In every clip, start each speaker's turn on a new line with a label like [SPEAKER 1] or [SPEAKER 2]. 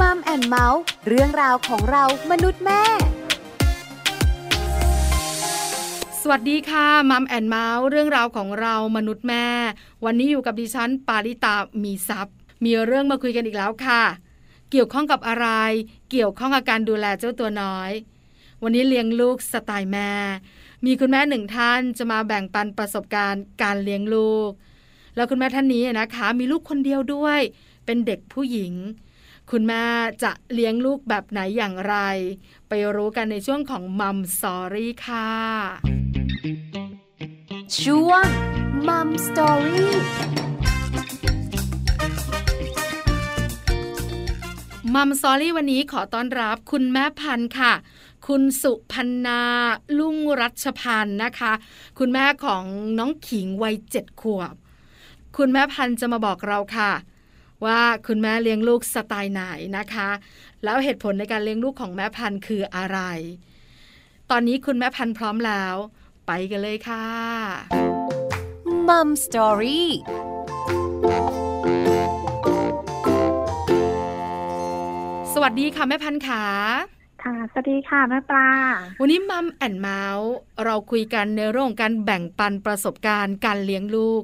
[SPEAKER 1] มัมแอนเมาส์เรื่องราวของเรามนุษย์แม่
[SPEAKER 2] สวัสดีค่ะมัมแอนเมาส์เรื่องราวของเรามนุษย์แม่ วันนี้อยู่กับดิฉันปาริตามีซัพย์ มีเรื่องมาคุยกันอีกแล้วค่ะ เกี่ยวข้องกับอะไร เกี่ยวข้องกับการดูแลเจ้าตัวน้อย วันนี้เลี้ยงลูกสไตล์แม่ มีคุณแม่หนึ่งท่านจะมาแบ่งปันประสบการณ์การเลี้ยงลูก แล้วคุณแม่ท่านนี้นะคะ มีลูกคนเดียวด้วย เป็นเด็กผู้หญิง คุณแม่จะเลี้ยงลูกแบบไหนอย่างไร ไปรู้กันในช่วงของมัมสอรี่ค่ะ
[SPEAKER 1] ช่วงมัมสตอรี่
[SPEAKER 2] มัมซอรี่วันนี้ขอต้อนรับคุณแม่พันธุ์ค่ะ คุณสุพันนาลุ่งรัชพันธ์นะคะ คุณแม่ของน้องขิงวัยเจ็ดขวบ คุณแม่พันธุ์จะมาบอกเราค่ะ ว่าคุณแม่เลี้ยงลูกสไตล์ไหนนะคะ แล้วเหตุผลในการเลี้ยงลูกของแม่พันธุ์คืออะไร ตอนนี้คุณแม่พันธุ์พร้อมแล้ว ไปกันเลยค่ะ
[SPEAKER 1] มัมสตอรี่
[SPEAKER 2] สวัสดีค่ะแม่พันธุ์ขา
[SPEAKER 3] ค่ะ สวัสดีค่ะแม่ปลา
[SPEAKER 2] วันนี้มัมแอนเมาส์เราคุยกันในเรื่องของการแบ่งปันประสบการณ์ การเลี้ยงลูก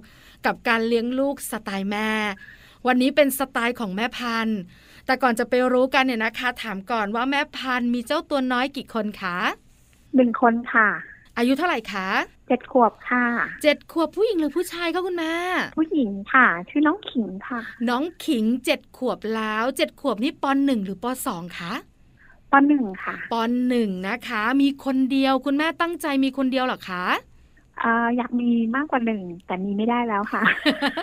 [SPEAKER 2] กับการเลี้ยงลูกสไตล์แม่ วันนี้เป็นสไตล์ของแม่พันธุ์ แต่ก่อนจะไปรู้กันเนี่ยนะคะ ถามก่อนว่าแม่พันธุ์มีเจ้าตัวน้อยกี่คนคะ
[SPEAKER 3] หนึ่งคนค่ะ
[SPEAKER 2] อายุเท่าไหร่คะ
[SPEAKER 3] เจ็ดขวบค่ะ
[SPEAKER 2] เจ็ดขวบผู้หญิงหรือผู้ชายคะคุณแม่
[SPEAKER 3] ผู้หญิงค่ะ ชื่อน้องขิงค่ะ
[SPEAKER 2] น้องขิงเจ็ดขวบแล้วเจ็ดขวบนี่ปหนึ่งหรือปสองคะ
[SPEAKER 3] ปหนึ่งค่ะ
[SPEAKER 2] ปหนึ่งนะคะ มีคนเดียวคุณแม่ตั้งใจมีคนเดียวเหรอคะ
[SPEAKER 3] เอ่ออยากมีมากกว่าหนึ่ง แต่มีไม่ได้แล้วค่ะ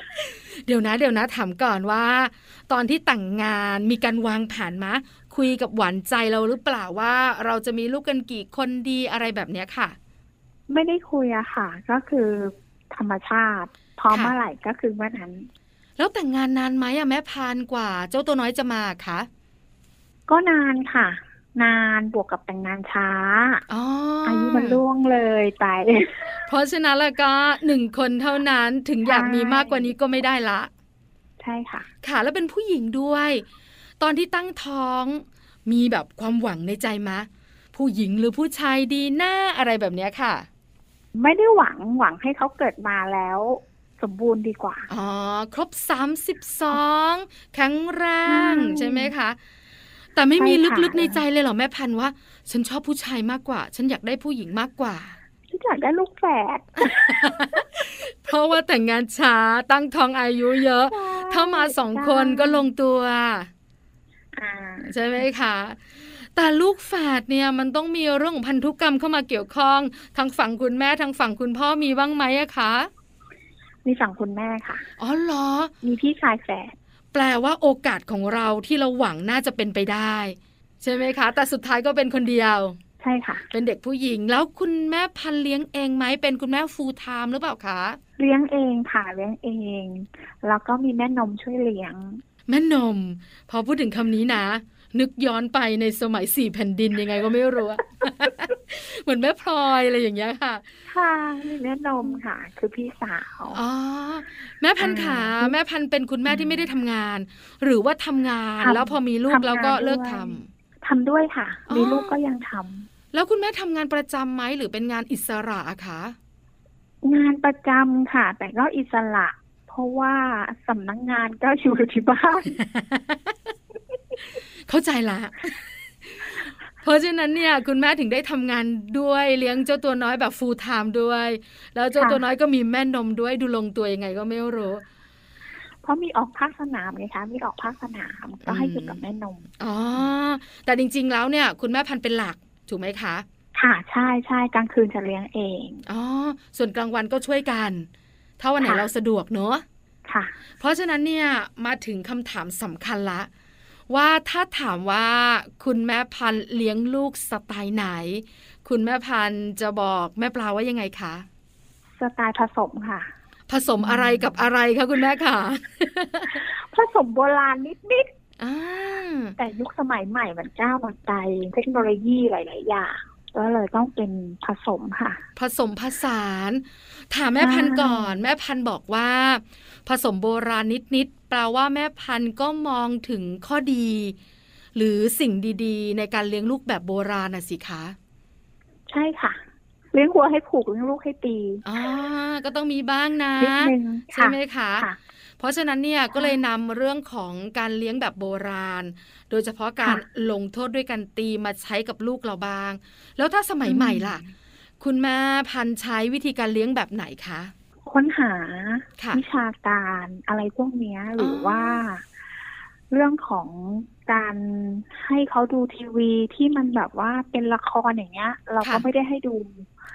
[SPEAKER 2] เดี๋ยวนะเดี๋ยวนะถามก่อนว่า ตอนที่แต่างงานมีการวางแผนมะ คุยกับหวานใจเราหรือเปล่าว่าเราจะมีลูกกันกี่คนดีอะไรแบบเนี้ยค่ะ
[SPEAKER 3] ไม่ได้คุยอะค่ะ ก็คือธรรมชาติ พร้อม
[SPEAKER 2] ค่ะ
[SPEAKER 3] เมื่อไหร่ก็คือเมื่อนั้น
[SPEAKER 2] แล้วแต่งงานนานไหมอะแม่พานกว่า เจ้าตัวน้อยจะมาคะ
[SPEAKER 3] ก็นานค่ะ นานบวกกับแต่งงานช้า
[SPEAKER 2] อ๋ออ
[SPEAKER 3] อายุมันล่วงเลย ไป
[SPEAKER 2] เพราะฉะนั้นแล้วก็หนึ่งคนเท่านั้นถึงอยาก
[SPEAKER 3] ใช่
[SPEAKER 2] มีมากกว่านี้ก็ไม่ได้ละ
[SPEAKER 3] ใช่ค่ะ
[SPEAKER 2] ค่ะ แล้วเป็นผู้หญิงด้วย ตอนที่ตั้งท้อง มีแบบความหวังในใจมะ ผู้หญิงหรือผู้ชายดีหน้าอะไรแบบเนี้ยค่ะ
[SPEAKER 3] ไม่ได้หวังหวังให้เขาเกิดมาแล้ว สมบูรณ์ดีกว่า
[SPEAKER 2] อ๋อ ครบ 32 แข็งแรง
[SPEAKER 3] ใช่
[SPEAKER 2] ใช่ไหมคะ แต่ไม่มี
[SPEAKER 3] ใช่ค่ะ
[SPEAKER 2] ลึกๆในใจเลยเหรอแม่พันธุ์ว่า ฉันชอบผู้ชายมากกว่า ฉันอยากได้ผู้หญิงมากกว่า
[SPEAKER 3] ที่อยากได้ลูกแฝด
[SPEAKER 2] เพราะว่าแต่งงานช้าตั้งท้องอายุเยอะ ถ้ามาสองคนก็ลงตัว
[SPEAKER 3] อ่า
[SPEAKER 2] ใช่ไหมคะ แต่ลูกแฝดเนี่ยมันต้องมีเรื่องของพันธุกรรมเข้ามาเกี่ยวข้องทางฝั่งคุณแม่ทางฝั่งคุณพ่อมีบ้างไหมอะคะ
[SPEAKER 3] มีฝั่งคุณแม่ค่ะ
[SPEAKER 2] อ๋อเหรอ
[SPEAKER 3] มีพี่ชายแฝด
[SPEAKER 2] แปลว่าโอกาสของเราที่เราหวังน่าจะเป็นไปได้ ใช่ไหมคะ แต่สุดท้ายก็เป็นคนเดียว
[SPEAKER 3] ใช่ค่ะ
[SPEAKER 2] เป็นเด็กผู้หญิง แล้วคุณแม่พันธุ์เลี้ยงเองไหมเป็นคุณแม่ฟูลไทม์หรือเปล่าคะ
[SPEAKER 3] เลี้ยงเองค่ะเลี้ยงเอง แล้วก็มีแม่นมช่วยเลี้ยง
[SPEAKER 2] แม่นม พอพูดถึงคำนี้นะ นึกย้อนไปในสมัยสี่แผ่นดินยังไงก็ไม่รู้อะ เหมือนแม่พลอยอะไรอย่างเงี้ยค่ะ
[SPEAKER 3] ค่ะมีแม่นมค่ะ คือพี่สาว
[SPEAKER 2] อ๋อแม่พันธุ์ขาแม่พันธุ์เป็นคุณแม่ที่ไม่ได้ทำงาน หรือว่าทำงาน
[SPEAKER 3] ทำ
[SPEAKER 2] แล้วพอมีลูก
[SPEAKER 3] ทำงาน
[SPEAKER 2] แล้วก็เลิก
[SPEAKER 3] ด้วย
[SPEAKER 2] ทำ
[SPEAKER 3] ทำด้วยค่ะ
[SPEAKER 2] อ๋อ
[SPEAKER 3] มีลูกก็ยังทำ
[SPEAKER 2] แล้วคุณแม่ทำงานประจำไหมหรือเป็นงานอิสระอะคะ
[SPEAKER 3] งานประจำค่ะ แต่ก็อิสระ เพราะว่าสำนักงานก็อยู่ที่ บ้าน
[SPEAKER 2] เข้าใจละ เพราะฉะนั้นเนี่ยคุณแม่ถึงได้ทำงานด้วยเลี้ยงเจ้าตัวน้อยแบบฟูลไทม์ด้วย แล้วเจ้า
[SPEAKER 3] ค่ะ
[SPEAKER 2] ตัวน้อยก็มีแม่นมด้วยดูลงตัวยังไงก็ไม่รู้
[SPEAKER 3] เพราะมีออกภาคสนามไงคะมีออกภาคสนาม ก็ให้อยู่กับแม่นม
[SPEAKER 2] อ๋อ แต่จริง ๆ แล้วเนี่ย คุณแม่พันธุ์เป็นหลักถูกไหมคะ
[SPEAKER 3] ค่ะ ใช่ใช่กลางคืนจะเลี้ยงเอง
[SPEAKER 2] อ๋อ ส่วนกลางวันก็ช่วยกัน ถ้าวันไหน
[SPEAKER 3] ค่ะ
[SPEAKER 2] เราสะดวกเนอะ
[SPEAKER 3] ค่ะ
[SPEAKER 2] เพราะฉะนั้นเนี่ยมาถึงคำถามสำคัญละ ว่าถ้าถามว่าคุณแม่พันธุ์เลี้ยงลูกสไตล์ไหน คุณแม่พันธุ์จะบอกแม่ปลาว่ายังไงคะ
[SPEAKER 3] สไตล์ผสมค่ะ
[SPEAKER 2] ผสมอะไรกับอะไรคะคุณแม่คะ
[SPEAKER 3] ผสมโบราณนิด
[SPEAKER 2] อ่า
[SPEAKER 3] ๆ แต่ยุคสมัยใหม่มันก้าวมันไกลเทคโนโลยีหลายๆอย่างก็เลยต้องเป็นผสมค่ะ
[SPEAKER 2] ผสมผสาน ถามแม่พันธุ์
[SPEAKER 3] ใช่
[SPEAKER 2] ก่อน แม่พันธุ์บอกว่า ผสมโบราณนิดๆแปลว่าแม่พันธุ์ก็มองถึงข้อดี หรือสิ่งดีๆ ในการเลี้ยงลูกแบบโบราณน่ะสิคะ
[SPEAKER 3] ใช่ค่ะ เลี้ยงวัวให้ผูกเลี้ยงลูกให้ตี
[SPEAKER 2] อ๋อก็ต้องมีบ้างนะ
[SPEAKER 3] นิดนึง
[SPEAKER 2] ใช่
[SPEAKER 3] ค่ะ
[SPEAKER 2] ไหมคะ
[SPEAKER 3] ค่ะ
[SPEAKER 2] เพราะฉะนั้นเนี่ยก็เลยนำเรื่องของการเลี้ยงแบบโบราณ โดยเฉพาะการ
[SPEAKER 3] ค่ะ
[SPEAKER 2] ลงโทษด้วยการตีมาใช้กับลูกเราบ้าง แล้วถ้าสมัยใหม่ล่ะ คุณแม่พันธุ์ใช้วิธีการเลี้ยงแบบไหนคะ
[SPEAKER 3] ค้นหา
[SPEAKER 2] ค่ะ
[SPEAKER 3] วิชาการอะไรพวกเนี้ย หรืออ
[SPEAKER 2] อ
[SPEAKER 3] ว่า เรื่องของการให้เขาดูทีวีที่มันแบบว่าเป็นละครอย่างเงี้ย เราก็ไม่ได้ให้ดู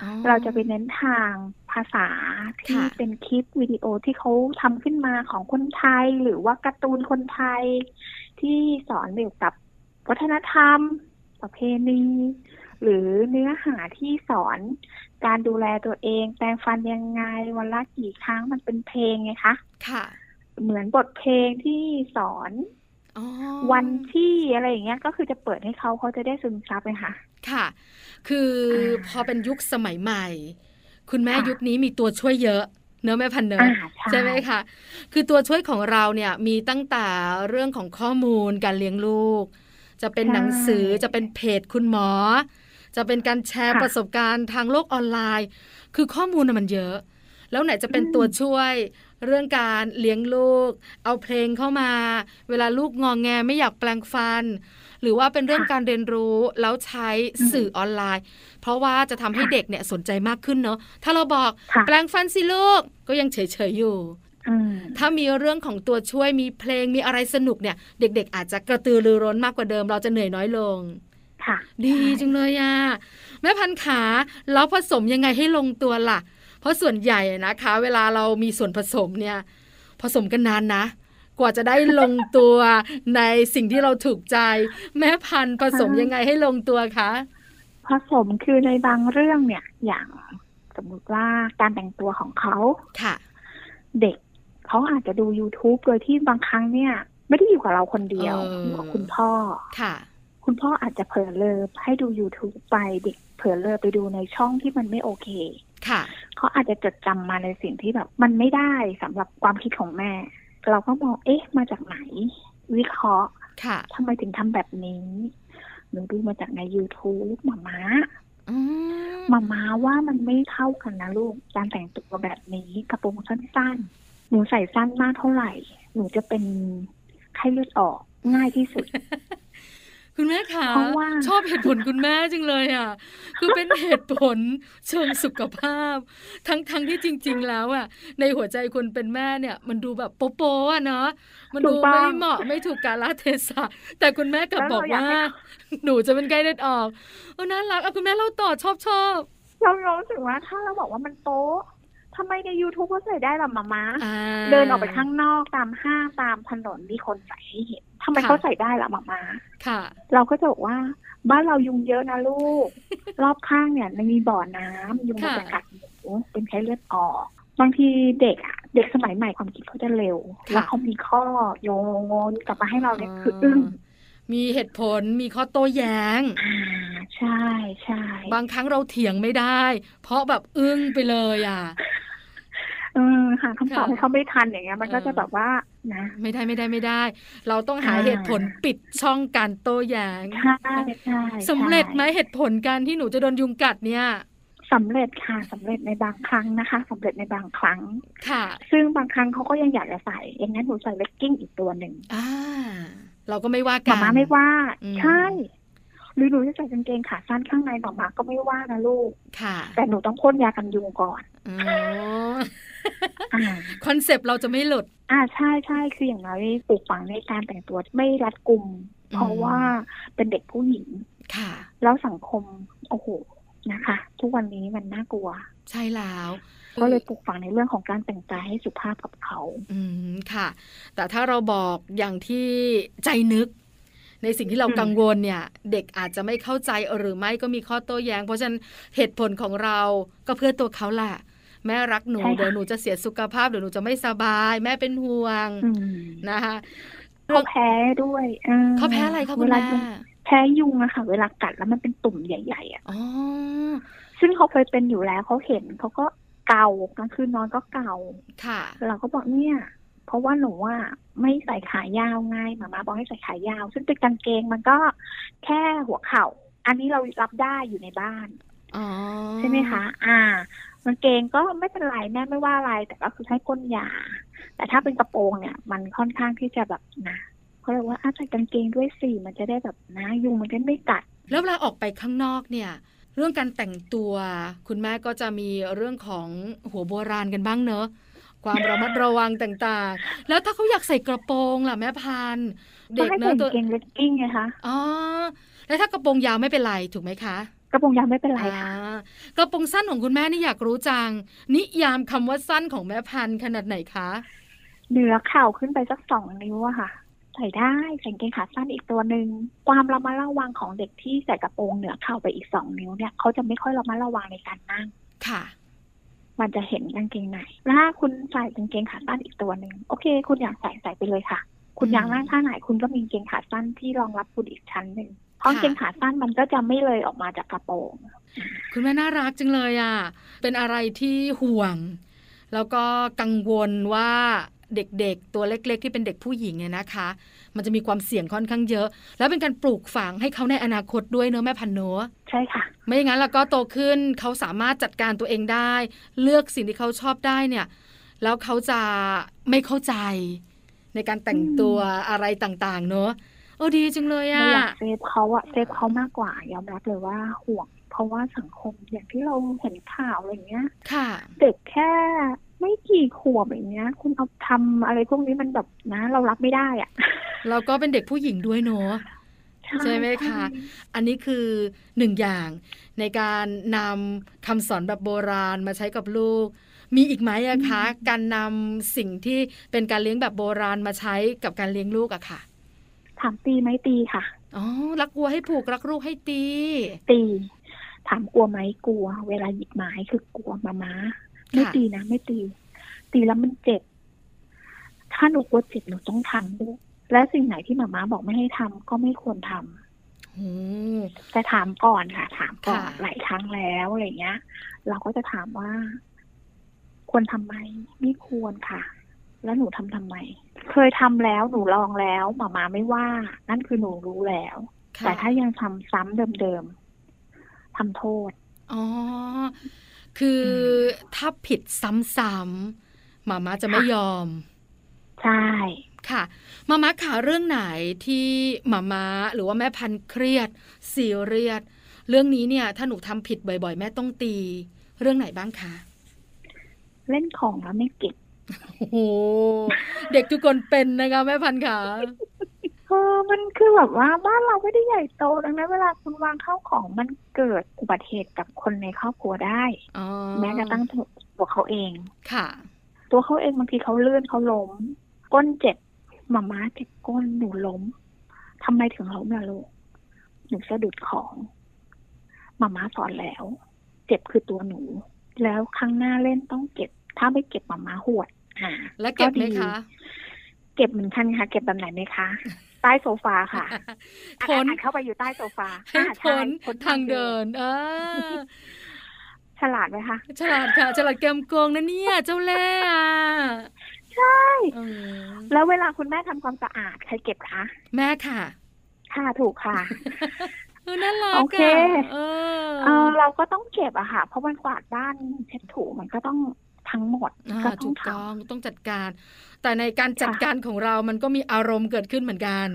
[SPEAKER 2] อ๋อ
[SPEAKER 3] เราจะไปเน้นทางภาษาที่
[SPEAKER 2] ค่ะ
[SPEAKER 3] เป็นคลิปวิดีโอที่เขาทำขึ้นมาของคนไทย หรือว่าการ์ตูนคนไทย ที่สอนเกี่ยวกับวัฒนธรรม ประเพณี หรือเนื้อหาที่สอนการดูแลตัวเองแปรงฟันยังไง วันละกี่ครั้งมันเป็นเพลงไงคะ
[SPEAKER 2] ค่ะ
[SPEAKER 3] เหมือนบทเพลงที่สอน
[SPEAKER 2] อ๋อ
[SPEAKER 3] วันที่อะไรอย่างเงี้ยก็คือจะเปิดให้เขาเขาจะได้ซึมซับเลยค่ะ
[SPEAKER 2] ค่ะ คืออา พอเป็นยุคสมัยใหม่ คุณแม่
[SPEAKER 3] ค่ะ
[SPEAKER 2] ยุคนี้มีตัวช่วยเยอะ เนอะแม่พันธุ์เนอะ
[SPEAKER 3] อ่า
[SPEAKER 2] ใช่ไหมคะ คือตัวช่วยของเราเนี่ยมีตั้งแต่เรื่องของข้อมูลการเลี้ยงลูก จะเป็น
[SPEAKER 3] ใช่
[SPEAKER 2] หนังสือจะเป็นเพจคุณหมอ จะเป็นการแชร์
[SPEAKER 3] ค่ะ
[SPEAKER 2] ประสบการณ์ทางโลกออนไลน์ คือข้อมูลน่ะมันเยอะ แล้วไหนจะเป็น
[SPEAKER 3] อืม
[SPEAKER 2] ตัวช่วย เรื่องการเลี้ยงลูก เอาเพลงเข้ามา เวลาลูกงองแงไม่อยากแปลงฟัน หรือว่าเป็นเรื่องการเรียนรู้แล้วใช้สื่อออนไลน์ เพราะว่าจะทำให้เด็กเนี่ยสนใจมากขึ้นเนาะถ้าเราบอก
[SPEAKER 3] ค่ะ
[SPEAKER 2] แปลงฟันสิลูกก็ยังเฉยๆอยู่
[SPEAKER 3] อืม
[SPEAKER 2] ถ้ามีเรื่องของตัวช่วยมีเพลงมีอะไรสนุกเนี่ย เด็กๆ อาจจะกระตือรือร้นมากกว่าเดิม เราจะเหนื่อยน้อยลง
[SPEAKER 3] ค่ะ
[SPEAKER 2] ดี
[SPEAKER 3] ใช่
[SPEAKER 2] จังเลยอะแม่พันธุ์ขาแล้วผสมยังไงให้ลงตัวล่ะ เพราะส่วนใหญ่นะคะ เวลาเรามีส่วนผสมเนี่ย ผสมกันนานนะ กว่าจะได้ลงตัวในสิ่งที่เราถูกใจ แม่พันธุ์ผสมยังไงให้ลงตัวคะ
[SPEAKER 3] ผสมคือในบางเรื่องเนี่ย อย่างสมมุติว่าการแต่งตัวของเขา
[SPEAKER 2] ค่ะ
[SPEAKER 3] เด็กเขาอาจจะดู YouTube โดยที่บางครั้งเนี่ย ไม่ได้อยู่กับเราคนเดียว
[SPEAKER 2] เอออ
[SPEAKER 3] ยู่กับคุณพ่อ
[SPEAKER 2] ค่ะ
[SPEAKER 3] คุณพ่ออาจจะเผลอเลิฟให้ดู YouTube ไปเด็กเผลอเลิฟไปดูในช่องที่มันไม่โอเค
[SPEAKER 2] ค่ะ
[SPEAKER 3] เขาอาจจะจดจำมาในสิ่งที่แบบ มันไม่ได้สำหรับความคิดของแม่ เราก็มองเอ๊ะ มาจากไหน วิเคราะห์
[SPEAKER 2] ค่ะ
[SPEAKER 3] ทำไมถึงทำแบบนี้หนูดูมาจากใน YouTube หมาม้า
[SPEAKER 2] อืม
[SPEAKER 3] มาม้าว่ามันไม่เข้ากันนะลูก การแต่งตัวแบบนี้กระโปรงสั้นๆ หนูใส่สั้นมากเท่าไหร่ หนูจะเป็นไข้เลือดออกง่ายที่สุ ด
[SPEAKER 2] คุณแม่ขา
[SPEAKER 3] เพราะว่า
[SPEAKER 2] ชอบเหตุผลคุณแม่จังเลยอ่ะ คือเป็นเหตุผลเชิงสุขภาพ ทั้งทั้งที่จริง ๆ แล้วอ่ะ ในหัวใจคนเป็นแม่เนี่ย มันดูแบบโป๊ะๆอ่ะเนาะมันดูไม่เหมาะไม่ถูกกาลเทศะแต่คุณแม่กลับบอกว่า หนูจะเป็นไกด์เด็ดออกเออน่ารักอ่ะคุณแม่เล่าต่อชอบชอบ
[SPEAKER 3] เรารู้สึกว่าถ้าเราบอกว่ามันโป๊ะทำไมใน YouTube ก็ใส่ได้ล่ะมาม้า
[SPEAKER 2] อ่า
[SPEAKER 3] เดินออกไปข้างนอกตามห้างตามถนนมีคนใส่ให้เห็นทำไม
[SPEAKER 2] ค่ะ
[SPEAKER 3] เขาใส่ได้ล่ะมาม้า
[SPEAKER 2] ค่ะ
[SPEAKER 3] เราก็จะบอกว่า บ้านเรายุงเยอะนะลู ก รอบข้างเนี่ยมันมีบ่อน้ำยุง
[SPEAKER 2] ค่ะ
[SPEAKER 3] มันจะกัดหนูเป็นไข้เลือดออก บางทีเด็กอะเด็กสมัยใหม่ความคิดเขาจะเร็ว
[SPEAKER 2] ค่ะ
[SPEAKER 3] แล้วเขามีข้อโยนกลับมาให้เราเนี่ยคืออึ้ง
[SPEAKER 2] มีเหตุผลมีข้อโต้แย้ง
[SPEAKER 3] อ่าใช่ใช่
[SPEAKER 2] บางครั้งเราเถียงไม่ได้ เพราะแบบอึ้งไปเลยอ่ะ
[SPEAKER 3] เออหาคำตอบ
[SPEAKER 2] ค่ะ
[SPEAKER 3] ให้เขาไม่ทันอย่างเงี้ย มันก็
[SPEAKER 2] เออ
[SPEAKER 3] จะแบบว่านะ
[SPEAKER 2] ไม่ได้ไม่ได้ไม่ได้ เราต้องหา
[SPEAKER 3] อ่า
[SPEAKER 2] เหตุผลปิดช่องการโต้แย้ง
[SPEAKER 3] ใช่ใช่
[SPEAKER 2] สำเร็จไหม
[SPEAKER 3] ใช่
[SPEAKER 2] เหตุผลการที่หนูจะโดนยุงกัดเนี่ย
[SPEAKER 3] สำเร็จค่ะสำเร็จในบางครั้งนะคะสำเร็จในบางครั้ง
[SPEAKER 2] ค่ะ
[SPEAKER 3] ซึ่งบางครั้งเขาก็ยังอยากจะใส่อย่างนั้นหนูใส่เลกกิ้งอีกตัวหนึ่ง
[SPEAKER 2] อ่า เราก็ไม่ว่า
[SPEAKER 3] ห
[SPEAKER 2] กั
[SPEAKER 3] มาน ม่าไม่ว่า
[SPEAKER 2] อืม
[SPEAKER 3] ใช่ หรือหนูจะใส่กางเกงขาสั้นข้างในหมาม่าก็ไม่ว่านะลูก
[SPEAKER 2] ค่ะ
[SPEAKER 3] แต่หนูต้องพ่นยากันยุงก่อน
[SPEAKER 2] โอ้
[SPEAKER 3] อ่า
[SPEAKER 2] คอนเซปต์เราจะไม่หลุด
[SPEAKER 3] อ่าใช่ใช่คืออย่างน้อยปลูกฝังในการแต่งตัวไม่รัดกุม
[SPEAKER 2] อืม
[SPEAKER 3] เพราะว่าเป็นเด็กผู้หญิง
[SPEAKER 2] ค่ะ
[SPEAKER 3] แล้วสังคม โอ้โหนะคะ ทุกวันนี้มันน่ากลัว
[SPEAKER 2] ใช่แล้ว
[SPEAKER 3] ก็เลยปลูกฝังในเรื่องของการแต่งกายให้สุภาพกับเขา
[SPEAKER 2] อืมค่ะ แต่ถ้าเราบอกอย่างที่ใจนึก ในสิ่งที่เรา
[SPEAKER 3] อืม
[SPEAKER 2] กังวลเนี่ย เด็กอาจจะไม่เข้าใจหรือไม่ก็มีข้อโต้แย้ง เพราะฉะนั้นเหตุผลของเราก็เพื่อตัวเขาแหละ แม่รักหนู
[SPEAKER 3] ใช่ค่ะ
[SPEAKER 2] เดี๋ยวหนูจะเสียสุขภาพเดี๋ยวหนูจะไม่สบาย แม่เป็นห่วง
[SPEAKER 3] อืม
[SPEAKER 2] นะคะ
[SPEAKER 3] เขาแพ้ด้วยอ่
[SPEAKER 2] เขาแพ้อะไรคะคุณ
[SPEAKER 3] เวลา
[SPEAKER 2] แม่
[SPEAKER 3] ยุงแพ้ยุงอะค่ะ เวลากัดแล้วมันเป็นตุ่มใหญ่ๆอะ
[SPEAKER 2] อ๋อ
[SPEAKER 3] ซึ่งเขาเคยเป็นอยู่แล้วเขาเห็นเขาก็เกากลางคืนนอนก็เกา
[SPEAKER 2] ค่ะ
[SPEAKER 3] เราก็บอกเนี่ย เพราะว่าหนูว่าไม่ใส่ขายาวไงหมามาบอกให้ใส่ขายาว ซึ่งเป็นกางเกงมันก็แค่หัวเข่า อันนี้เรารับได้อยู่ในบ้าน
[SPEAKER 2] อ๋อ
[SPEAKER 3] ใช่ไหมคะ อ่ากางเกงก็ไม่เป็นไรแม่ไม่ว่าอะไร แต่ก็คือให้ก้นยา แต่ถ้าเป็นกระโปรงเนี่ย มันค่อนข้างที่จะแบบหนะเขาเรียกว่าอาใส่กางเกงด้วยสิมันจะได้แบบหนะยุงมันจะไม่กัด
[SPEAKER 2] แล้วเวลาออกไปข้างนอกเนี่ย เรื่องการแต่งตัว คุณแม่ก็จะมีเรื่องของหัวโบราณกันบ้างเนอะความระมัดระวังต่างๆ แล้วถ้าเขาอยากใส่กระโปรงล่ะแม่พันธุ์
[SPEAKER 3] ก็
[SPEAKER 2] เด็ก
[SPEAKER 3] ให้
[SPEAKER 2] เน
[SPEAKER 3] ใส่
[SPEAKER 2] อะตั
[SPEAKER 3] กาว งเกงเลกกิ้งไงคะ
[SPEAKER 2] อ๋อแล้วถ้ากระโปรงยาวไม่เป็นไรถูกไหมคะ
[SPEAKER 3] กระโปรงยาวไม่เป็นไรค่ะ
[SPEAKER 2] อ่ากระโปรงสั้นของคุณแม่นี่อยากรู้จัง นิยามคำว่าสั้นของแม่พันธุ์ขนาดไหนคะ
[SPEAKER 3] เหนือเข่าขึ้นไปสักสองนิ้วอะค่ะ ใส่ได้ใส่กางเกงขาสั้นอีกตัวหนึ่งความระมัดระวังของเด็กที่ใส่กระโปรงเหนือเข่าไปอีกสองนิ้วเนี่ยเขาจะไม่ค่อยระมัดระวังในการนั่ง
[SPEAKER 2] ค่ะ
[SPEAKER 3] มันจะเห็นกางเกงในถ้าคุณใส่กางเกงขาสั้นอีกตัวหนึ่งโอเค คุณอยากใส่ใส่ไปเลยค่ะ คุณอยากนั่งท่าไหนคุณก็มีกางเกงขาสั้นที่รองรับคุณอีกชั้นหนึ่งเพราะกางเกงขาสั้นมันก็จะไม่เลยออกมาจากกระโปรง
[SPEAKER 2] คุณแม่น่ารักจังเลยอ่ะ เป็นอะไรที่ห่วง แล้วก็กังวลว่าเด็กๆ ตัวเล็กๆ ที่เป็นเด็กผู้หญิงเนี่ยนะคะ มันจะมีความเสี่ยงค่อนข้างเยอะ แล้วเป็นการปลูกฝังให้เขาในอนาคตด้วยเนอะแม่พันธุ์เนอะ
[SPEAKER 3] ใช่ค่ะ
[SPEAKER 2] ไม่อย่างนั้นแล้วก็โตขึ้นเขาสามารถจัดการตัวเองได้ เลือกสิ่งที่เขาชอบได้เนี่ย แล้วเขาจะไม่เข้าใจ ในการแต่งตัวอะไรต่างๆ เนอะโอ้ดีจังเลย
[SPEAKER 3] เรา
[SPEAKER 2] อะ
[SPEAKER 3] อยากเซฟเขาอะเซฟเขามากกว่ายอมรับเลยว่าห่วง เพราะว่าสังคมอย่างที่เราเห็นข่าวอะไรเงี้ย
[SPEAKER 2] ค่ะ
[SPEAKER 3] เด็กแค่ไม่กี่ขวบอย่างเงี้ย คุณเอาทำอะไรพวกนี้มันแบบนะ เรารับไม่ได้อะ
[SPEAKER 2] แล้วก็เป็นเด็กผู้หญิงด้วยเนอะ ใช่ไหมคะ อันนี้คือหนึ่งอย่างในการนำคำสอนแบบโบราณมาใช้กับลูก มีอีกไหมอะคะ การนำสิ่งที่เป็นการเลี้ยงแบบโบราณมาใช้กับการเลี้ยงลูกอะค่ะ
[SPEAKER 3] ถามตีไหมตีค่ะ
[SPEAKER 2] อ๋อ รักวัวให้ผูกรักลูกให้ตี
[SPEAKER 3] ตี ถามกลัวไหมกลัว เวลาหยิบไม้คือกลัวมาม้า
[SPEAKER 2] ค่ะ
[SPEAKER 3] ไม่ตีนะไม่ตี ตีแล้วมันเจ็บ ถ้าหนูกลัวเจ็บหนูต้องทำลูกและสิ่งไหนที่หมาม้าบอกไม่ให้ทำก็ไม่ควรทำ
[SPEAKER 2] โอ้
[SPEAKER 3] จะถามก่อนค่ะ ถามก่อน
[SPEAKER 2] ค่ะ
[SPEAKER 3] หลายครั้งแล้วอะไรเงี้ย เราก็จะถามว่า ควรทำไหมไม่ควรค่ะ แล้วหนูทำทำไม เคยทำแล้วหนูลองแล้วหมามาไม่ว่า นั่นคือหนูรู้แล้ว
[SPEAKER 2] ค่ะ
[SPEAKER 3] แต่ถ้ายังทำซ้ำเดิมๆทำโทษ
[SPEAKER 2] อ๋อ คืออถ้าผิดซ้ำๆหมาม้าจะไม่
[SPEAKER 3] ค่ะ
[SPEAKER 2] ยอม
[SPEAKER 3] ใช่
[SPEAKER 2] ค่ะมาม้าขาเรื่องไหนที่มาม้าหรือว่าแม่พันธุ์เครียดซีเรียสเรื่องนี้เนี่ยถ้าหนูทำผิดบ่อยๆ แม่ต้องตี เรื่องไหนบ้างคะ
[SPEAKER 3] เล่นของแล้วไม่เก็บ
[SPEAKER 2] โอ้โหเด็กทุกคนเป็นนะคะแม่พันธุ์ขา
[SPEAKER 3] เออมันคือแบบว่าบ้านเราไม่ได้ใหญ่โตดังนั้นเวลาคุณวางข้าวของมันเกิดอุบัติเหตุกับคนในครอบครัวได้
[SPEAKER 2] อ๋อ
[SPEAKER 3] แม้กระทั่งตัวเขาเอง
[SPEAKER 2] ค่ะ
[SPEAKER 3] ตัวเขาเองบางทีเขาเลื่อนเขาล้ม ก้นเจ็บหมาม้าเจ็บก้นหนูล้มทำไมถึงล้มล่ะลูกหนูสะดุดของหมาม้าสอนแล้ว เจ็บคือตัวหนู แล้วครั้งหน้าเล่นต้องเก็บ ถ้าไม่เก็บหมาม้าหวดอ่า
[SPEAKER 2] และเก็บไหมคะ
[SPEAKER 3] เก็บเหมือนกันค่ะ เก็บแบบไหนไหมคะ ใต้โซฟาค่ะ
[SPEAKER 2] พ้น
[SPEAKER 3] อ่ะเข้าไปอยู่ใต้โซฟา
[SPEAKER 2] ให้
[SPEAKER 3] อ่ะ
[SPEAKER 2] พ้น
[SPEAKER 3] ใช่พ้
[SPEAKER 2] ทางเดินเออ
[SPEAKER 3] ฉลาดไหมคะ
[SPEAKER 2] ฉลาดค่ะ ฉลาดแกมโกงนะเนี่ย เจ้าเล่ห์อะ
[SPEAKER 3] ใช่
[SPEAKER 2] เออ
[SPEAKER 3] แล้วเวลาคุณแม่ทำความสะอาดใครเก็บคะ
[SPEAKER 2] แม่ค่ะ
[SPEAKER 3] ค่ะถูกค่ะ
[SPEAKER 2] เออน่ารักะ
[SPEAKER 3] โอเค
[SPEAKER 2] เอ
[SPEAKER 3] เออ
[SPEAKER 2] อ
[SPEAKER 3] เราก็ต้องเก็บอะค่ะ เพราะมันกวาดบ้านเช็ดถูมันก็ต้องทั้งหมด
[SPEAKER 2] อ่า
[SPEAKER 3] ก็ต้อ
[SPEAKER 2] ถู
[SPEAKER 3] ง
[SPEAKER 2] ก
[SPEAKER 3] ท
[SPEAKER 2] ต้องต้องจัดการ แต่ในการจัด
[SPEAKER 3] ค่ะ
[SPEAKER 2] การของเรามันก็มีอารมณ์เกิดขึ้นเหมือนกัน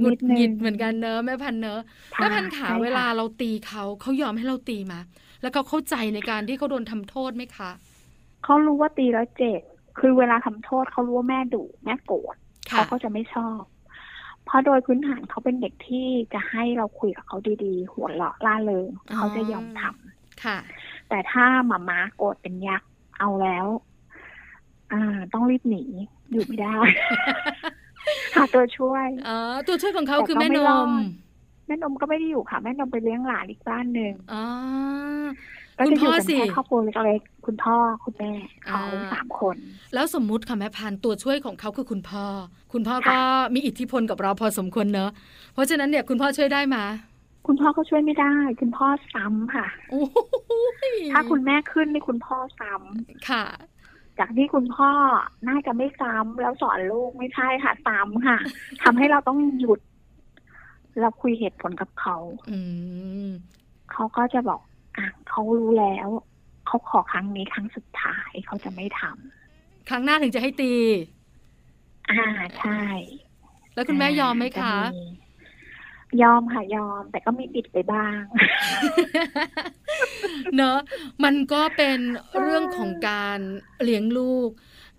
[SPEAKER 2] ห
[SPEAKER 3] นิ
[SPEAKER 2] งุด
[SPEAKER 3] ดนึง
[SPEAKER 2] หงิดเหมือนกันเนอะแม่พันธุ์เนอะ
[SPEAKER 3] ำ
[SPEAKER 2] แม่พันธุ์ขา
[SPEAKER 3] ใช่ค่ะ
[SPEAKER 2] เวลาเราตีเขาเขายอมให้เราตีมา แล้วเขาเข้าใจในการที่เขาโดนทำโทษไหมคะ
[SPEAKER 3] เขารู้ว่าตีแล้วเจ็บคือเวลาทำโทษเขารู้ว่าแม่ดุแม่โกรธ
[SPEAKER 2] ค่ะ
[SPEAKER 3] เขาก็จะไม่ชอบ เพราะโดยพื้นฐานเขาเป็นเด็กที่จะให้เราคุยกับเขาดีๆ หัวเราะล่าเริงเขาจะยอมทำ
[SPEAKER 2] ค่ะ
[SPEAKER 3] แต่ถ้าหมาม้าโกรธเป็นยักษ์เอาแล้ว อ่า ต้องรีบหนีอยู่ไม่ได้ หาตัวช่วย
[SPEAKER 2] เออตัวช่วยของเขา
[SPEAKER 3] แต่
[SPEAKER 2] คือ
[SPEAKER 3] ก็
[SPEAKER 2] แม่
[SPEAKER 3] ไม่
[SPEAKER 2] น
[SPEAKER 3] รอด
[SPEAKER 2] ม
[SPEAKER 3] แม่นมก็ไม่ได้อยู่ค่ะ แม่นมไปเลี้ยงหลานอีกบ้านหนึ่ง
[SPEAKER 2] อ๋อ
[SPEAKER 3] ก็จะอ
[SPEAKER 2] คุ
[SPEAKER 3] ยู่
[SPEAKER 2] ณพ่
[SPEAKER 3] กั
[SPEAKER 2] อน สิ
[SPEAKER 3] แค่ครอบครัวเล็กๆคุณพ่อคุณแม่เขา
[SPEAKER 2] อ่า
[SPEAKER 3] สามคน
[SPEAKER 2] แล้วสมมุติค่ะแม่พันธุ์ตัวช่วยของเขาคือคุณพ่อ คุณพ่อก็มีอิทธิพลกับเราพอสมควรเนอะเพราะฉะนั้นเนี่ยคุณพ่อช่วยได้ไหมา
[SPEAKER 3] คุณพ่อก็ช่วยไม่ได้ คุณพ่อซ้ำค่ะ
[SPEAKER 2] โอ้โห
[SPEAKER 3] ถ้าคุณแม่ขึ้นนี่คุณพ่อซ้ำ
[SPEAKER 2] ค่ะ
[SPEAKER 3] แ จากที่คุณพ่อน่าจะไม่ซ้ำแล้วสอนลูกไม่ใช่ค่ะซ้ำ ค่ะทำให้เราต้องหยุด เราคุยเหตุผลกับเขา
[SPEAKER 2] อืม
[SPEAKER 3] เขาก็จะบอกอ่ะเขารู้แล้ว เขาขอครั้งนี้ครั้งสุดท้ายเขาจะไม่ทำ
[SPEAKER 2] ครั้งหน้าถึงจะให้ตี
[SPEAKER 3] อ่าใช่
[SPEAKER 2] แล้วคุณแม่ยอมไหมคะ
[SPEAKER 3] อ่าจมียอมค่ะยอม แต่ก็มีปิดไปบ้าง
[SPEAKER 2] เนอะมันก็เป็นเรื่องของการเลี้ยงลูก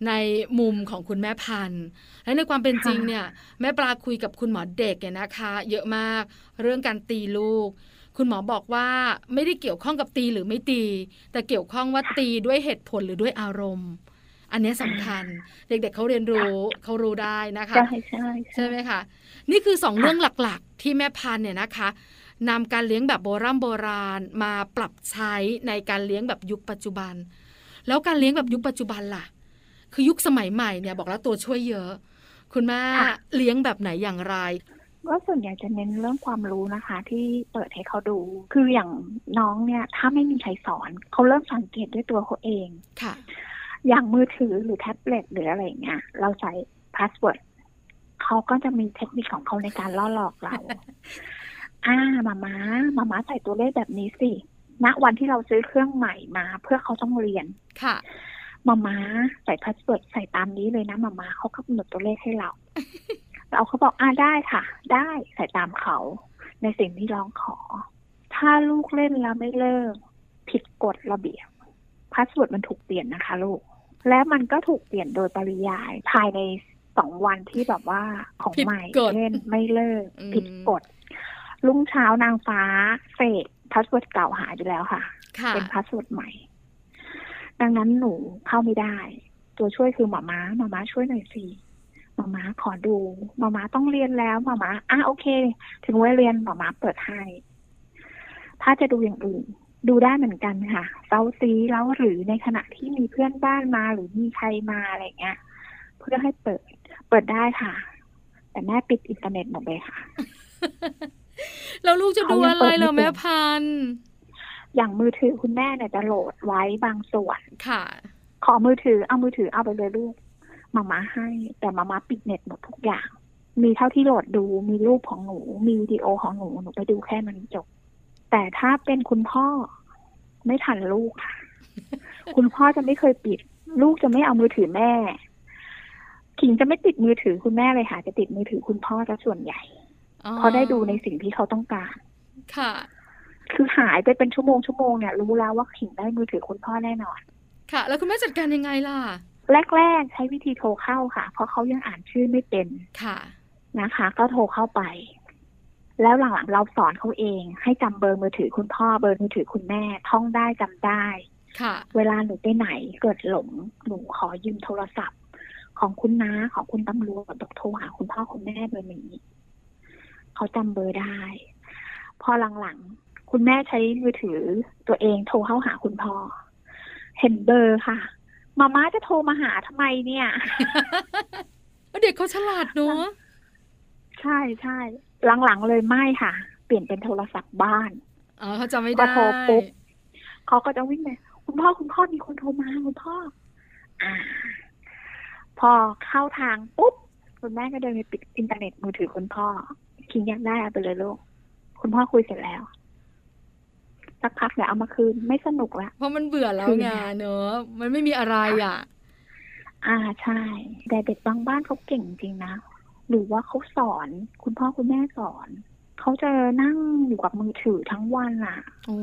[SPEAKER 2] ในมุมของคุณแม่พันธุ์ และในความเป็นจริง
[SPEAKER 3] ค่ะ
[SPEAKER 2] เนี่ยแม่ปลาคุยกับคุณหมอเด็กเนี่ยนะคะ เยอะมากเรื่องการตีลูก คุณหมอบอกว่าไม่ได้เกี่ยวข้องกับตีหรือไม่ตี แต่เกี่ยวข้องว่าตีด้วยเหตุผลหรือด้วยอารมณ์ อันเนี้ยสำคัญ เด็กๆเขาเรียนรู้เขารู้ได้นะคะ
[SPEAKER 3] ใช่ใช่
[SPEAKER 2] ใช่ไหมคะ นี่คือสองเรื่องหลักๆ ที่แม่พันธุ์เนี่ยนะคะนำการเลี้ยงแบบโบราณโบราณมาปรับใช้ในการเลี้ยงแบบยุคปัจจุบัน แล้วการเลี้ยงแบบยุคปัจจุบันล่ะ คือยุคสมัยใหม่เนี่ยบอกแล้วตัวช่วยเยอะ คุณแม่เลี้ยงแบบไหนอย่างไร
[SPEAKER 3] ก็ส่วนใหญ่จะเน้นเรื่องความรู้นะคะ ที่เปิดให้เขาดู คืออย่างน้องเนี่ย ถ้าไม่มีใครสอน เขาเริ่มสังเกตด้วยตัวเขาเอง
[SPEAKER 2] ค่ะ
[SPEAKER 3] อย่างมือถือหรือแท็บเล็ตหรืออะไรอย่างเงี้ยเราใส่พาสเวิร์ดเขาก็จะมีเทคนิคของเขาในการล่อหลอก เรา อ่ามาม้ามาม้าใส่ตัวเลขแบบนี้สิณวันที่เราซื้อเครื่องใหม่มาเพื่อเขาต้องเรียน
[SPEAKER 2] ค่ะ
[SPEAKER 3] มาม้าใส่พาสเวิร์ดใส่ตามนี้เลยนะมาม้าเขากำหนดตัวเลขให้เรา เราเขาบอกอ่าได้ค่ะ ได้ใส่ตามเขา ในสิ่งที่ร้องขอ ถ้าลูกเล่นแล้วไม่เลิก ผิดกฎระเบียบพาสเวิร์ดมันถูกเปลี่ยนนะคะ ลูก และมันก็ถูกเปลี่ยนโดยปริยายภายในสองวันที่แบบว่าของ
[SPEAKER 2] ผิด
[SPEAKER 3] ใหม่
[SPEAKER 2] กฎ
[SPEAKER 3] เล่นไม่เลิก
[SPEAKER 2] อืม
[SPEAKER 3] ผิดกฎลุ่งเช้านางฟ้าเสกพาสเวิร์ดเก่าหายไปแล้วค่ะ
[SPEAKER 2] ค่ะ
[SPEAKER 3] เป็นพาสเวิร์ดใหม่ ดังนั้นหนูเข้าไม่ได้ ตัวช่วยคือหมาม้าหมาม้าช่วยหน่อยสิหมาม้าขอดูหมาม้าต้องเรียนแล้วหมาม้าอ่ะโอเค ถึงเวลาเรียนหมาม้าเปิดให้ ถ้าจะดูอย่างอื่น ดูได้เหมือนกันค่ะเซาซีแล้วหรือในขณะที่มีเพื่อนบ้านมาหรือมีใครมาอะไรเงี้ย เพื่อให้เปิด เปิดได้ค่ะ แต่แม่ปิดอินเทอร์เน็ตหมดเลยค่ะ
[SPEAKER 2] แล้วลูกจะดูอะไรเหรอ
[SPEAKER 3] เขายังเปิดไม่เป็น
[SPEAKER 2] แม่พันธุ์
[SPEAKER 3] อย่างมือถือคุณแม่เนี่ยจะโหลดไว้บางส่วน
[SPEAKER 2] ค่ะ
[SPEAKER 3] ขอมือถือเอามือถือเอาไปเลยลูกมาม่าให้ แต่มาม่าปิดเน็ตหมดทุกอย่าง มีเท่าที่โหลดดูมีรูปของหนู มีวิดีโอของหนูหนูไปดูแค่มันจบ แต่ถ้าเป็นคุณพ่อ ไม่ทันลูกค่ะ คุณพ่อจะไม่เคยปิด ลูกจะไม่เอามือถือแม่ ขิงจะไม่ติดมือถือคุณแม่เลยค่ะ จะติดมือถือคุณพ่อจะส่วนใหญ่
[SPEAKER 2] อ๋อ
[SPEAKER 3] เพราะได้ดูในสิ่งที่เขาต้องการ
[SPEAKER 2] ค่ะ
[SPEAKER 3] คือหายไปเป็นชั่วโมงชั่วโมงเนี่ยรู้แล้วว่าขิงได้มือถือคุณพ่อแน่นอน
[SPEAKER 2] ค่ะ แล้วคุณแม่จัดการยังไงล่ะ
[SPEAKER 3] แรก ๆ ใช้วิธีโทรเข้าค่ะ เพราะเขายังอ่านชื่อไม่เป็น
[SPEAKER 2] ค่ะ
[SPEAKER 3] นะคะ ก็โทรเข้าไป แล้วหลังๆเราสอนเขาเอง ให้จำเบอร์มือถือคุณพ่อเบอร์มือถือคุณแม่ ท่องได้จำได้
[SPEAKER 2] ค่ะ
[SPEAKER 3] เวลาหนูไปไหนเกิดหลงหนูขอยืมโทรศัพท์ ของคุณน้าของคุณตำรวจบอกโทรหาคุณพ่อคุณแม่เบอร์นี้เขาจำเบอร์ได้ พอหลังๆ คุณแม่ใช้มือถือตัวเองโทรเข้าหาคุณพ่อ เห็นเบอร์ค่ะ มาม่าจะโทรมาหาทำไมเนี่ย
[SPEAKER 2] เด็กเขาฉลาดเนอะ
[SPEAKER 3] ใช่ใช่หลังๆเลยไม่ค่ะ เปลี่ยนเป็นโทรศัพท์บ้าน
[SPEAKER 2] อ๋อเขาจะไม่
[SPEAKER 3] พอ
[SPEAKER 2] ได้
[SPEAKER 3] โทรปุ๊บ เขาก็จะวิ่งไปคุณพ่อคุณพ่อมีคนโทรมาคุณพ่อ อ่า พอเข้าทางปุ๊บคุณแม่ก็เดินไปปิดอินเทอร์เน็ตมือถือคุณพ่อคิงอยากได้เอาไปเลยลูกคุณพ่อคุยเสร็จแล้วสักพักเดี๋ยวเอามาคืนไม่สนุกละ
[SPEAKER 2] เพราะมันเบื่อแล้ว
[SPEAKER 3] คือ
[SPEAKER 2] ไงเนอะมันไม่มีอะไรอ่ะ
[SPEAKER 3] อ่าใช่ แต่เด็กบางบ้านเขาเก่งจริงนะ หรือว่าเขาสอน คุณพ่อคุณแม่สอน เขาจะนั่งอยู่กับมือถือทั้งวันอ่ะ
[SPEAKER 2] โอ้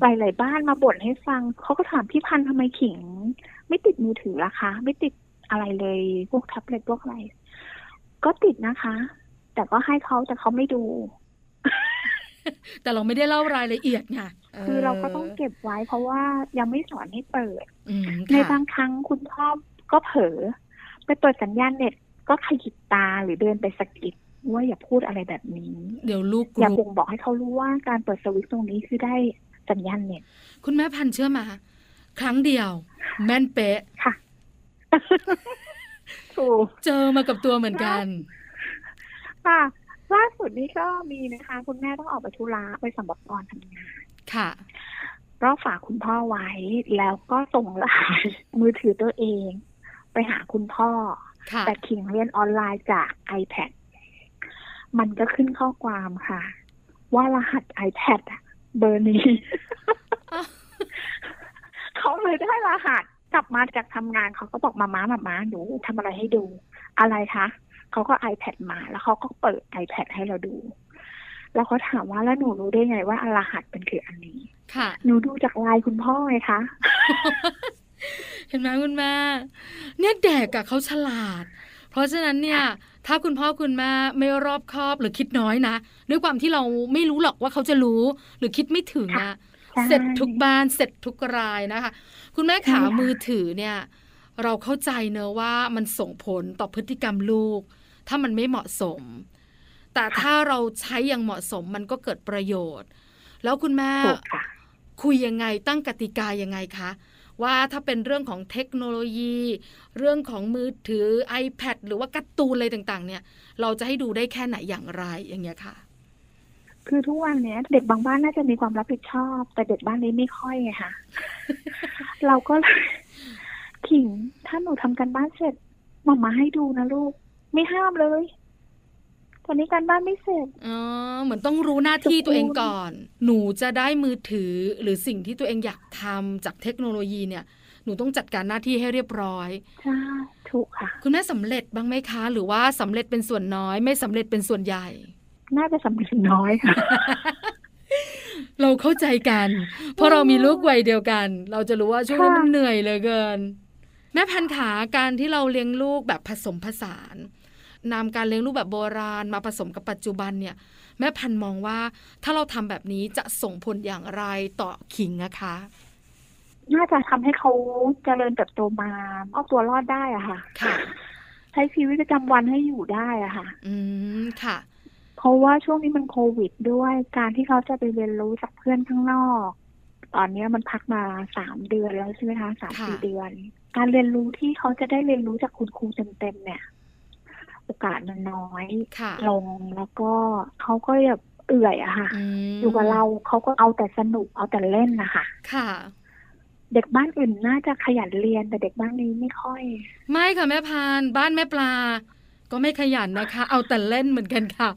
[SPEAKER 3] หลายๆบ้านมาบ่นให้ฟัง เขาก็ถามพี่พันธุ์ทำไมขิง ไม่ติดมือถือล่ะคะ ไม่ติดอะไรเลย พวกแท็บเล็ตพวกอะไร ก็ติดนะคะ แต่ก็ให้เขาแต่เขาไม่ดู
[SPEAKER 2] แต่เราไม่ได้เล่ารายละเอียดไง
[SPEAKER 3] คือเราก็ต้องเก็บไว้ เพราะว่ายังไม่สอนให้เปิด
[SPEAKER 2] อืม
[SPEAKER 3] ใน
[SPEAKER 2] ค่ะ
[SPEAKER 3] บางครั้งคุณพ่อก็เผลอไปเปิดสัญญาณเน็ตก็ขยิบตาหรือเดินไปสะกิดว่าอย่าพูดอะไรแบบนี้
[SPEAKER 2] เดี๋ยวลูกก
[SPEAKER 3] อย่า
[SPEAKER 2] ลัว
[SPEAKER 3] บ่งบอกให้เขารู้ว่าการเปิดสวิตช์ตรงนี้คือได้สัญญาณเน็ต
[SPEAKER 2] คุณแม่พันธุ์เชื่อมา ครั้งเดียว แม่นเป๊ะ
[SPEAKER 3] ถูก
[SPEAKER 2] เจอมากับตัวเหมือนกัน
[SPEAKER 3] ค่ะล่าสุดนี่ก็มีนะคะ คุณแม่ต้องออกไปธุระไปสัมปทานทำงาน
[SPEAKER 2] ค่ะ
[SPEAKER 3] ก็ฝากคุณพ่อไว้ แล้วก็ส่งไลน์ มือถือตัวเอง ไปหาคุณพ่อ
[SPEAKER 2] ค่ะ
[SPEAKER 3] แต่ขิงเรียนออนไลน์จาก iPad มันก็ขึ้นข้อความค่ะ ว่ารหัส iPad อะเบอร์นี้
[SPEAKER 2] อ้าว
[SPEAKER 3] เขาเลยได้รหัสกลับมาจากทำงานเขาก็บอกมาม้ามาม้าหนูทำอะไรให้ดู อะไรคะเขาก็ iPad มาแล้วเขาก็เปิด iPad ให้เราดู แล้วเขาถามว่าแล้วหนูรู้ได้ไงว่ารหัสมันคืออันนี้
[SPEAKER 2] ค่ะ
[SPEAKER 3] หนูดูจากไลน์คุณพ่อไงคะ
[SPEAKER 2] เห็นไหมคุณแม่เนี่ยเด็กอะเขาฉลาด เพราะฉะนั้นเนี่ยถ้าคุณพ่อคุณแม่ไม่รอบคอบหรือคิดน้อยนะด้วยความที่เราไม่รู้หรอกว่าเขาจะรู้ หรือคิดไม่ถึงอะ
[SPEAKER 3] ใช่
[SPEAKER 2] เสร็จทุกบ้านเสร็จทุกรายนะคะ คุณแม่ขา
[SPEAKER 3] ใช่ค่ะ
[SPEAKER 2] มือถือเนี่ย เราเข้าใจเนอะว่ามันส่งผลต่อพฤติกรรมลูก ถ้ามันไม่เหมาะสม แต่ถ้าเราใช้อย่างเหมาะสมมันก็เกิดประโยชน์ แล้วคุณแม่
[SPEAKER 3] ถูกค่ะ
[SPEAKER 2] คุยยังไงตั้งกติกายังไงคะ ว่าถ้าเป็นเรื่องของเทคโนโลยี เรื่องของมือถือ iPad หรือว่าการ์ตูนอะไรต่างๆ เนี่ย เราจะให้ดูได้แค่ไหนอย่างไรอย่างเงี้ยค่ะ
[SPEAKER 3] คือทุกวันเนี้ย เด็กบางบ้านน่าจะมีความรับผิดชอบ แต่เด็กบ้านนี้ไม่ค่อยไง ค่ะ เราก็เลย ขิงถ้าหนูทำการบ้านเสร็จหมามาให้ดูนะลูก ไม่ห้ามเลยตอนนี้การบ้านไม่เสร็จ
[SPEAKER 2] อ๋อ เหมือนต้องรู้หน้าที่ตัวเองก่อน หนูจะได้มือถือหรือสิ่งที่ตัวเองอยากทำจากเทคโนโลยีเนี่ย หนูต้องจัดการหน้าที่ให้เรียบร้อย
[SPEAKER 3] ใช่ถูกค่ะ
[SPEAKER 2] คุณแม่สำเร็จบ้างไหมคะ หรือว่าสำเร็จเป็นส่วนน้อย ไม่สำเร็จเป็นส่วนใหญ่
[SPEAKER 3] น่าจะสำเร็จน้อยค่ะ
[SPEAKER 2] เราเข้าใจกัน เพราะเรามีลูกวัยเดียวกัน เราจะรู้ว่าช่วงนี้
[SPEAKER 3] ค่ะ
[SPEAKER 2] มันเหนื่อยเหลยเกิน แม่พันธุ์ขาการที่เราเลี้ยงลูกแบบผสมผสานนำการเลี้ยงลูกแบบโบราณ มาผสมกับปัจจุบันเนี่ย แม่พันธุ์มองว่าถ้าเราทำแบบนี้จะส่งผลอย่างไรต่อขิงนะคะ
[SPEAKER 3] น่าจะทำให้เขาเจริญเติบโตมาเอาตัวรอดได้อะค่ะ
[SPEAKER 2] ค่ะ
[SPEAKER 3] ใช้ชีวิตประจำวันให้อยู่ได้อะค่ะ
[SPEAKER 2] อืมค่ะ
[SPEAKER 3] เพราะว่าช่วงนี้มันโควิดด้วยการที่เขาจะไปเรียนรู้จากเพื่อนข้างนอก ตอนเนี้ยมันพักมาสามเดือนแล้วใช่ไหมคะสามสี่
[SPEAKER 2] ค่ะ
[SPEAKER 3] เดือน การเรียนรู้ที่เขาจะได้เรียนรู้จากคุณครูเต็มๆเนี่ย โอกาสมันน้อย
[SPEAKER 2] ค่ะ
[SPEAKER 3] ลงแล้วก็เขาก็แบบเอื่อยอะค่ะ
[SPEAKER 2] ม
[SPEAKER 3] อยู่กับเราเขาก็เอาแต่สนุกเอาแต่เล่นนะคะ
[SPEAKER 2] ค่ะ
[SPEAKER 3] เด็กบ้านอื่นน่าจะขยันเรียนแต่เด็กบ้านนี้ไม่ค่อย
[SPEAKER 2] ไม่ค่ะแม่พานบ้านแม่ปลา ก็ไม่ขยันนะคะ เอาแต่เล่นเหมือนกันค่ะ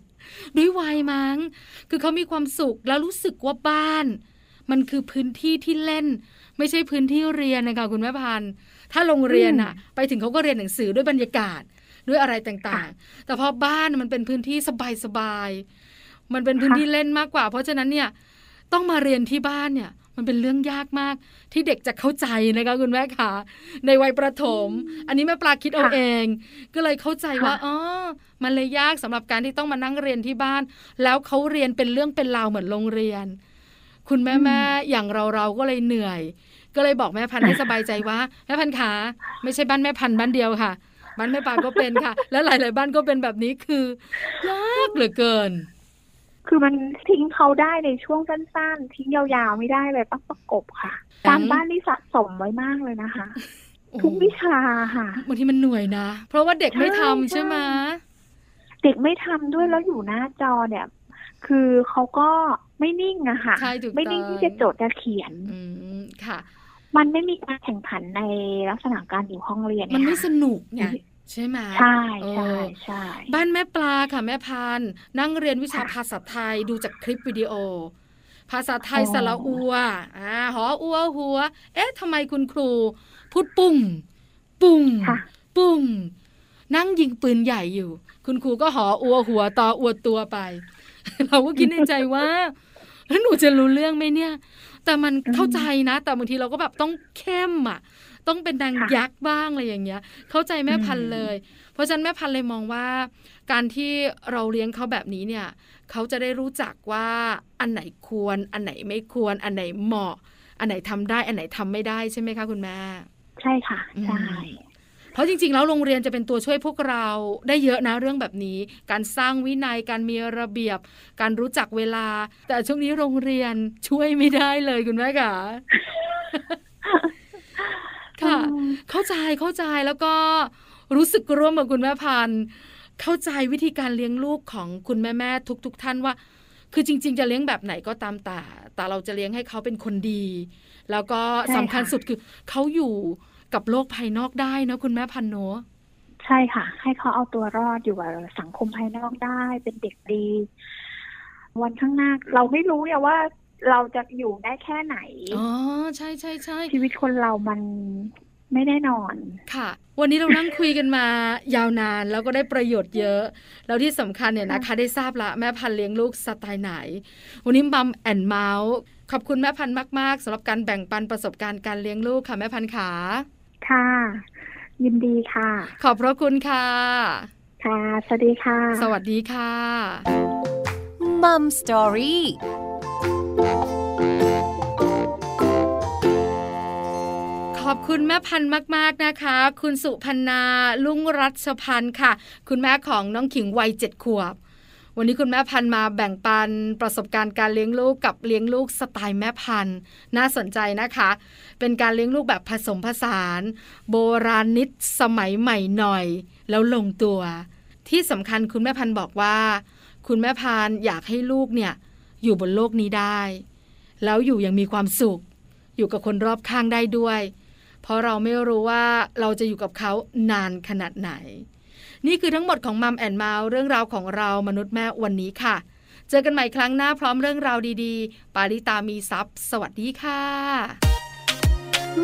[SPEAKER 2] ด้วยวัยมัง้งคือเขามีความสุขแล้วรู้สึกว่าบ้าน มันคือพื้นที่ที่เล่น ไม่ใช่พื้นที่เรียนนะคะคุณแม่พันธุ์ถ้าโรงเรียนอะไปถึงเขาก็เรียนหนังสือด้วยบรรยากาศด้วยอะไรต่างๆ แต่พอบ้านมันเป็นพื้นที่สบายๆมันเป็นพื้นที่เล่นมากกว่า เพราะฉะนั้นเนี่ยต้องมาเรียนที่บ้านเนี่ย มันเป็นเรื่องยากมากที่เด็กจะเข้าใจนะคะคุณแม่ค่ะ ในวัยประถม อันนี้แม่ปลาคิดเอา
[SPEAKER 3] ค่ะ
[SPEAKER 2] เอง ก็เลยเข้าใจว่า
[SPEAKER 3] ค่ะ
[SPEAKER 2] อ๋อมันเลยยากสำหรับการที่ต้องมานั่งเรียนที่บ้าน แล้วเขาเรียนเป็นเรื่องเป็นราวเหมือนโรงเรียน คุณแม่แม่อย่างเราเราก็เลยเหนื่อย ก็เลยบอกแม่พันธุ์ให้สบายใจว่า แม่พันธุ์ขาไม่ใช่บ้านแม่พันธุ์บ้านเดียวค่ะ บ้านแม่ปลาก็เป็น ค่ะ และหลาย ๆ บ้านก็เป็นแบบนี้คือยากเหลือเกิน
[SPEAKER 3] คือมันทิ้งเขาได้ในช่วงสั้นๆ ทิ้งยาวๆไม่ได้เลยต้องประกบค่ะ
[SPEAKER 2] อืม
[SPEAKER 3] การบ้านนี่สะสมไว้มากเลยนะคะ
[SPEAKER 2] โอ้โห
[SPEAKER 3] ทุกวิชาค่ะ
[SPEAKER 2] บางทีมันเหนื่อยนะ เพราะว่าเด็กไม่ทำ
[SPEAKER 3] ใช่
[SPEAKER 2] ใช่ไหม
[SPEAKER 3] เด็กไม่ทำด้วยแล้วอยู่หน้าจอเนี่ย คือเขาก็ไม่นิ่งอะค่ะ
[SPEAKER 2] ใช่ถูกต้อง
[SPEAKER 3] ไม่นิ่งที่จะจดจะเขียน
[SPEAKER 2] อืมค่ะ
[SPEAKER 3] มันไม่มีการแข่งขันในลักษณะการอยู่ห้องเรียน
[SPEAKER 2] มันไม่
[SPEAKER 3] เย
[SPEAKER 2] ส
[SPEAKER 3] ค่ะ
[SPEAKER 2] นุกไง
[SPEAKER 3] อืม
[SPEAKER 2] ใช่ไหม
[SPEAKER 3] ใช่
[SPEAKER 2] เอ
[SPEAKER 3] ใช่
[SPEAKER 2] อ
[SPEAKER 3] ใช่
[SPEAKER 2] บ้านแม่ปลาค่ะแม่พันธุ์นั่งเรียนวิชาภาษาไทยดูจากคลิปวิดีโอ ภาษาไทยสระอัวอ่าหออัวหัว เอ๊ะทำไมคุณครู พูดปุ่ม ปุ่ม
[SPEAKER 3] ค่ะ
[SPEAKER 2] ปุ้มนั่งยิงปืนใหญ่อยู่ คุณครูก็หออัวหัวต่ออัวตัวไป เราก็คิดในใจว่าแล้วหนูจะรู้เรื่องไหมเนี่ย แต่มัน
[SPEAKER 3] อืม
[SPEAKER 2] เข้าใจนะ แต่บางทีเราก็แบบต้องเข้มอ่ะ ต้องเป็นนาง
[SPEAKER 3] ค่ะ
[SPEAKER 2] ยักษ์บ้างอะไรอย่างเงี้ย เข้าใจแม่พันธุ์
[SPEAKER 3] อืม
[SPEAKER 2] เลย เพราะฉะนั้นแม่พันธุ์เลยมองว่า การที่เราเลี้ยงเขาแบบนี้เนี่ย เขาจะได้รู้จักว่าอันไหนควร อันไหนไม่ควร อันไหนเหมาะ อันไหนทำได้ อันไหนทำไม่ได้ใช่ไหมคะคุณแม่
[SPEAKER 3] ใช่ค่ะ ใช่
[SPEAKER 2] อืม เพราะจริงๆ แล้วโรงเรียนจะเป็นตัวช่วยพวกเราได้เยอะนะเรื่องแบบนี้ การสร้างวินัยการมีระเบียบ การรู้จักเวลา แต่ช่วงนี้โรงเรียนช่วยไม่ได้เลยคุณแม่ค่ะ ค่ะ
[SPEAKER 3] อืม
[SPEAKER 2] เข้าใจเข้าใจแล้วก็รู้สึกร่วมกับคุณแม่พันธุ์เข้าใจวิธีการเลี้ยงลูกของคุณแม่แม่ทุก ๆ ท่านว่า คือจริง ๆ จะเลี้ยงแบบไหนก็ตามแต่ แต่เราจะเลี้ยงให้เขาเป็นคนดี แล้วก็
[SPEAKER 3] ใช่ค่ะ
[SPEAKER 2] สำคัญสุดคือเขาอยู่กับโลกภายนอกได้นะคุณแม่พันธุ์เนอะ
[SPEAKER 3] ใช่ค่ะ ให้เขาเอาตัวรอดอยู่กับสังคมภายนอกได้ เป็นเด็กดี วันข้างหน้า เราไม่รู้เนี่ยว่าเราจะอยู่ได้แค่ไหน
[SPEAKER 2] อ๋อใช่ใช่ใช่
[SPEAKER 3] ชีวิตคนเรามันไม่แน่นอน
[SPEAKER 2] ค่ะ วันนี้เรานั่งคุยกันมายาวนานแล้วก็ได้ประโยชน์เยอะ แล้วที่สำคัญเนี่ยนะคะ ได้ทราบละแม่พันธุ์เลี้ยงลูกสไตล์ไหน วันนี้มัมแอนเมาส์ขอบคุณแม่พันธุ์มากๆสำหรับการแบ่งปันประสบการณ์การเลี้ยงลูกค่ะแม่พันธุ์ขา
[SPEAKER 3] ค่ะ ยินดีค่ะ
[SPEAKER 2] ขอบพระคุณค่ะ
[SPEAKER 3] ค่ะ สวัสดีค่ะ
[SPEAKER 2] สวัสดีค่ะ
[SPEAKER 1] มัมสตอรี่
[SPEAKER 2] ขอบคุณแม่พันธุ์มาก ๆ นะคะ คุณสุพันนาลุงรัชพันธ์ค่ะ คุณแม่ของน้องขิงวัยเจ็ดขวบ วันนี้คุณแม่พันธุ์มาแบ่งปันประสบการณ์การเลี้ยงลูกกับเลี้ยงลูกสไตล์แม่พันธุ์ น่าสนใจนะคะ เป็นการเลี้ยงลูกแบบผสมผสาน โบราณนิดสมัยใหม่หน่อย แล้วลงตัว ที่สำคัญคุณแม่พันธุ์บอกว่า คุณแม่พันธุ์อยากให้ลูกเนี่ยอยู่บนโลกนี้ได้ แล้วอยู่อยังมีความสุข อยู่กับคนรอบข้างได้ด้วย เพราะเราไม่รู้ว่าเราจะอยู่กับเขานานขนาดไหน นี่คือทั้งหมดของมัมแอนเมาส์เรื่องราวของเรามนุษย์แม่วันนี้ค่ะ เจอกันใหม่ครั้งหน้าพร้อมเรื่องราวดีๆ ปาริตามีซัพ์สวัสดีค่ะ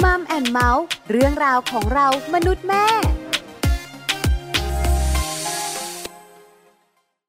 [SPEAKER 1] มัมแอนเมาส์เรื่องราวของเรามนุษย์แม่